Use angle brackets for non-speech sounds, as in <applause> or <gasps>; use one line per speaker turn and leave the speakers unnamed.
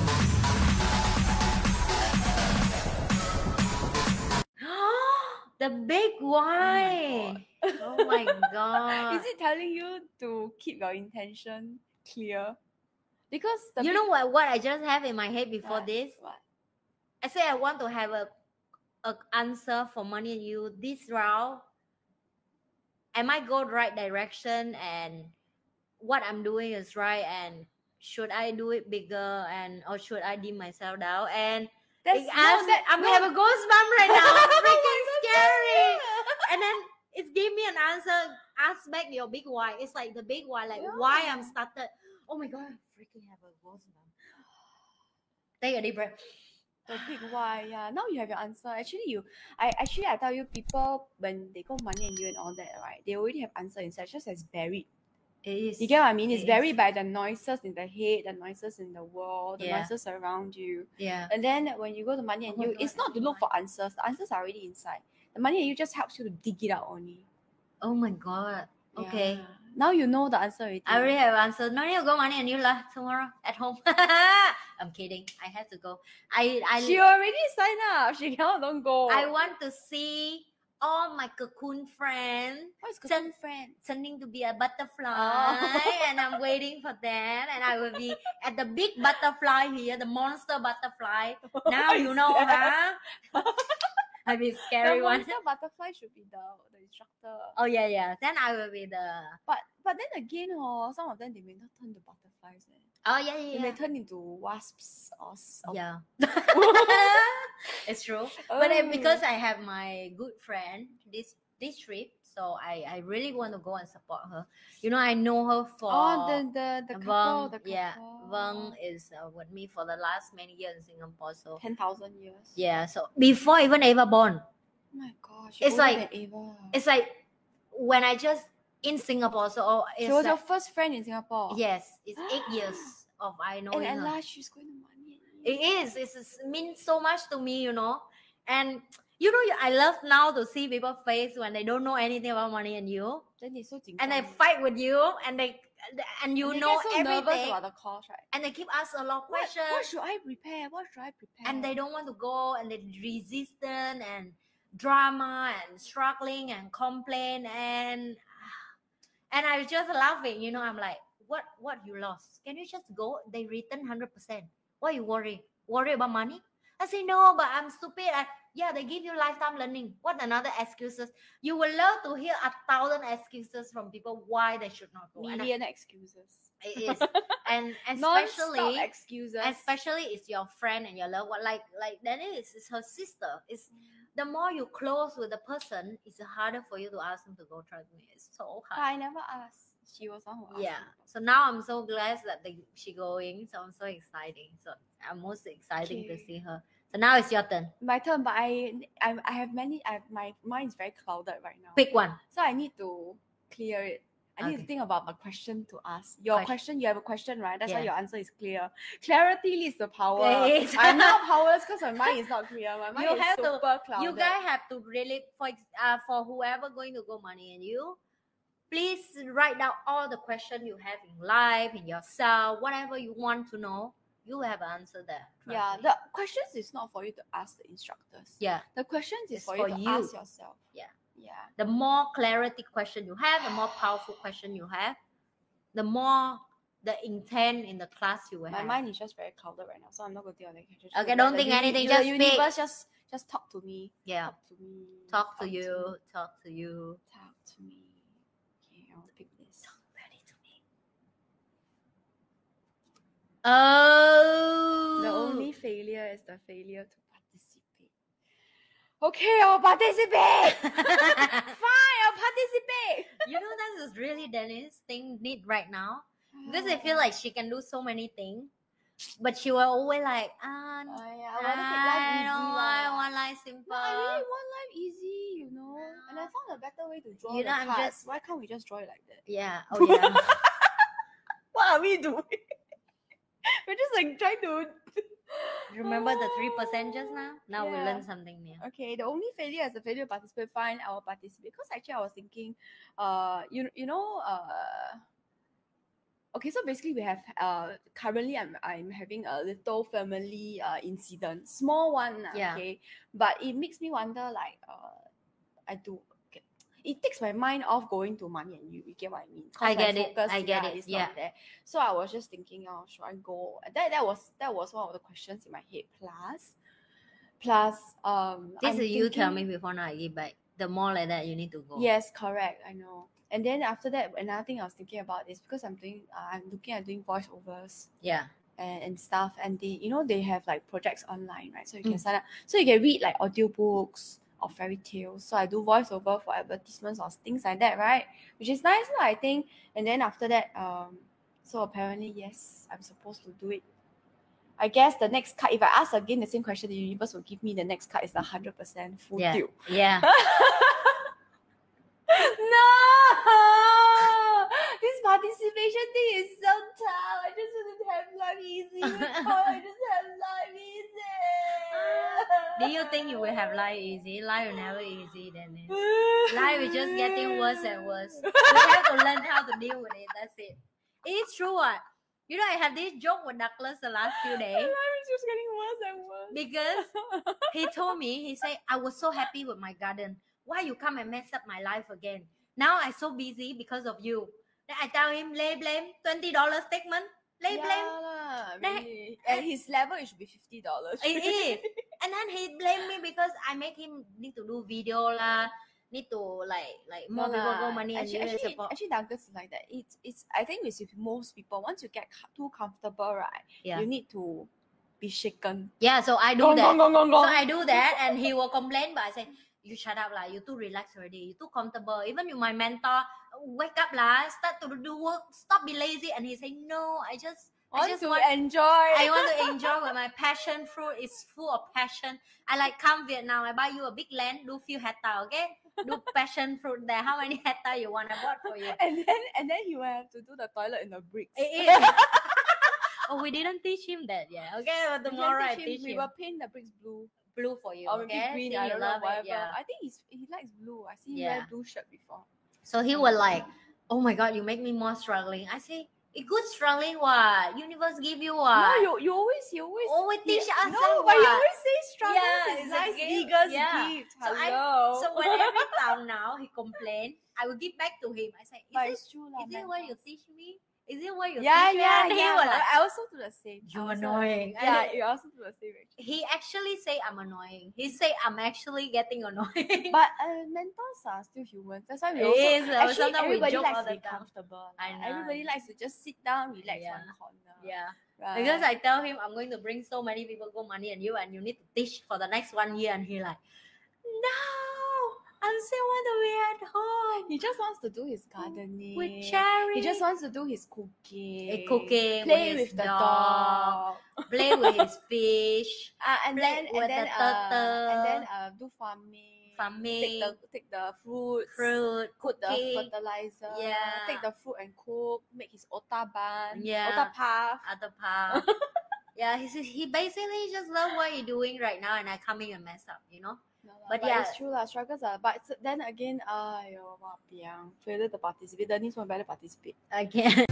<gasps> The big
my
Y. Oh <laughs> my god.
<laughs> Is it telling you to keep your intention clear? Because the
you
big-
know what what I just have in my head before
what?
this?
what?
I say I want to have a, a answer for money and you this round. Am I go right direction and what I'm doing is right and should I do it bigger and or should I dim myself down? And
That's
it
no,
asked-
that-
I'm
no. Oh
gonna have a ghost mom right
<laughs>
now. It's freaking scary.
Yeah.
And then it gave me an answer. Ask back your big why. It's like the big why, like why I'm started. Oh my god, I freaking have a ghost mom. <sighs> Take a deep breath.
The big why, yeah. Now you have your answer. Actually, you, I actually I tell you, people when they go money and you and all that, right? They already have answer inside, just as buried.
It is.
You get what I mean? It's
Yes.
buried by the noises in the head, the noises in the world, the
Yeah.
noises around you.
Yeah.
And then when you go to money and
Oh my
you,
God,
it's not to look for answers. The answers are already inside. The money and you just helps you to dig it out only.
Oh my god. Okay.
Yeah. Now you know the answer already.
I already have answered. No need to go money and you lah tomorrow at home. <laughs> I'm kidding. I have to go. I I
she already signed up. She cannot don't go.
I want to see all my cocoon friends
What's good
Sen-
friend?
turning to be a butterfly
Oh.
and I'm waiting for them and I will be at the big butterfly here, the monster <laughs> butterfly. Now you know, huh? <laughs> I'll be scary
The
one.
monster butterfly should be the, the instructor.
Oh yeah, yeah. Then I will be the
But but then again, oh, some of them they may not turn to butterflies. Eh.
Oh yeah,
They
yeah.
may
Yeah.
turn into wasps or. s- or
yeah. <laughs> it's true. Mm. But I,
Oh.
because I have my good friend this this trip, so I I really want to go and support her. You know, I know her for
oh the the the couple
Vâng,
the couple.
yeah, Vâng is uh, with me for the last many years in Singapore. So
Ten thousand years.
yeah, so before even Ava born,
Oh my gosh.
It's
you're older
like-
than Ava.
it's like when I just in Singapore. So oh,
she
it's
was your
like,
first friend in Singapore.
yes, it's eight
<gasps>
years of I
And
knowing
at
her.
last she's going to money.
oh, It is. It's, it's means so much to me, you know. And you know, I love now to see people face when they don't know anything about money and you.
Then they so jing
and they fight with you and they and you
they
know
get so nervous
everything
about the course, right?
and they keep asking a lot of
What,
questions
what should I prepare? What should I prepare?
and they don't want to go and they resistant and drama and struggling and complain and <sighs> and I was just laughing, you know, I'm like, what what you lost? Can you just go? They return hundred percent. Why you worry? Worry about money? I say no, but I'm stupid. I, yeah, they give you lifetime learning. What another excuses? You will love to hear a thousand excuses from people why they should not go. And I-
million excuses.
it is and and
Non-stop
especially
excuses.
especially it's your friend and your loved one like like that is it's her sister it's the more you close with the person it's harder for you to ask them to go track me it's so
But
hard
I never asked. She was the one who asked.
yeah
me.
so now i'm so glad that they, she going so i'm so exciting so i'm most exciting to
Okay.
see her so now it's your turn
My turn, but I, I, I have many. I have, my mind is very clouded right now.
pick one
So I need to clear it. I need to
Okay.
think about a question to ask. Your
Question.
question, you have a question, right? That's why
Yeah.
your answer is clear. Clarity leads to power.
It is.
I'm
<laughs>
now powerless because my mind is not clear. My mind
You
is
have to-
super clouded.
you guys have to really for ex- uh, for whoever going to go money and you please write down all the question you have in life in yourself whatever you want to know you have answered that trust
yeah,
me.
the questions is not for you to ask the instructors.
yeah
The questions is
It's
for,
for
you to
you.
ask yourself.
Yeah.
Yeah.
the more clarity question you have the more powerful question you have the more the intent in the class you will
My
have
mind is just very clouded right now, so I'm not going to think of the question.
Okay, don't think anything, just
the
speak.
universe just just talk to me.
yeah
Talk to me.
talk to
me,
you talk to you
Talk to me. Okay, I'll pick this.
ready to me oh
The only <laughs> failure is the failure to participate. Okay, I'll participate.
<laughs>
Fine, I'll participate.
<laughs> you know that is really Dennis thing need right now because I
Mm.
feel like she can do so many things, but she will always like ah,
Oh,
I,
yeah, I want to take life easy.
don't want, I
lah.
want life simple.
No, I really want life easy, you know. And I
Yeah.
found a better way to draw
You know,
the
I'm
cards.
just-
Why can't we just draw it like that?
Yeah. Oh yeah.
What are we doing? <laughs> We're just like trying to.
Remember the three percent just now? Now we
Yeah.
learn something new.
Okay, the only failure is the failure to participate. Fine, I will participate because actually I was thinking, uh, you you know, uh, okay. So basically, we have uh currently I'm I'm having a little family uh incident, small one. uh,
Yeah.
Okay, but it makes me wonder like uh. I do. get- It takes my mind off going to mommy and you. You get what I mean? 'Cause
I
my
get it,
focus,
I get
yeah,
it,
It's
yeah.
not there. So I was just thinking, oh, should I go? That that was that was one of the questions in my head. Plus, plus, um,
This
I'm
is you tell me
thinking-
before now I give back. The more like that you need to go.
Yes, correct. I know. And then after that, another thing I was thinking about is because I'm doing, uh, I'm looking at doing voiceovers.
Yeah.
and, and stuff and they you know they have like projects online right so you can
Mm.
sign up so you can read like audiobooks or fairy tales so i do voiceover for advertisements or things like that right which is nice lah, i think and then after that um so apparently yes i'm supposed to do it i guess the next card if i ask again the same question the universe will give me the next card is the 100% full
Yeah.
due
Yeah.
no! This participation thing is so tough. I just want to have life
<laughs>
easy. Oh, I just have life easy.
Do you think you will have life
<laughs>
easy? Life will never easy then. eh? Life is just getting worse and worse. You have to learn how to deal with it. That's it. It's true what? You know, I had this joke with Douglas the last few
Life
days
is just getting worse and worse. <laughs>
because he told me, he said, I was so happy with my garden. Why you come and mess up my life again? Now i so busy because of you. Then I tell him, lay blame, $20 statement, lay
yeah,
blame.
lah,
Then-
really. At his level, it should be fifty dollars.
eh.
<laughs>
It is. And then he blamed me because I make him need to do video lah, need to like like more people go money and
actually,
you
actually,
support.
actually, Douglas is like that. It's it's. I think it's with most people. Once you get co- too comfortable, right?
Yeah.
You need to be shaken.
Yeah, so I do
Gong,
that.
gong, gong, gong,
So
gong.
I do that and he will complain, but I say, you shut up lah, you too relaxed already, you too comfortable. Even you my mentor, wake up lah, start to do work, stop be lazy. And he say, no, I just, I
want
just
to
<laughs> want
enjoy.
I want to enjoy when my passion fruit is full of passion. I like come Vietnam, I buy you a big land, do few hectare, okay? <laughs> Do passion fruit there. How many hectare you want? I bought for you.
<laughs> and then and then he will have to do the toilet in the bricks.
<laughs> It
<laughs>
is. oh, we didn't teach him that yet. Okay, well,
We can
tomorrow I
teach him-
teach
We
him.
will paint the bricks blue
Blue for you.
or maybe
okay?
green.
See,
I
you
don't know
love
whatever.
it. Yeah.
I think he's he likes blue. I see him
Yeah.
wear blue shirt before.
So he was like, "Oh my god, you make me more struggling." I say, "It good struggling what? Universe give you what? "Oh,
no, you you always you always
always
he-
teach us
No,
that
but you
what?
always say struggles
Yeah,
is
it's a
life's
gift.
biggest
Yeah.
gift.
So I-
<laughs> Hello.
So when every time now he complain, I will give back to him. I say, "Is
but
it,
it's true lah.
is it
man.
what you teach me? Is it what you
Yeah,
teach me?"
yeah,
And he
yeah.
was
<laughs>
like,
I also do the same. I
"You
also-
annoying." And
Yeah,
then
you also do the same. Actually.
he actually say I'm annoying. He say I'm actually getting <laughs> annoying.
But uh, mentors are still human. That's why we
It
also
is, uh,
actually
sometimes we
everybody
joke
likes
all
to
the
be
time.
comfortable.
I
lah.
know.
Everybody likes to just sit down, relax
Yeah.
one corner.
yeah.
Right.
Because I tell him I'm going to bring so many people go money and you and you need to teach for the next one year and he like no I still want to be at home
he just wants to do his gardening.
with Cherry.
He just <laughs> wants to do his
Eh,
cooking.
cooking
Play
with his
with the
dog.
dog.
play with his fish,
Uh, and
Play
then
with
and then
the
uh, and then
turtle.
uh, do farming.
farming,
Take the take the fruit.
fruit,
Put the
cooking,
fertilizer.
Yeah.
Take the fruit and cook. Make his otaban.
Yeah.
Otapaf.
other
<laughs>
part. yeah, he says he basically just love what you're doing right now and I come in and mess up, you know?
No lah,
But
but,
yeah.
it's true lah. Struggles are, but s- then again, ah, ayo, wah piang, failure to participate. The next one better participate.
Again.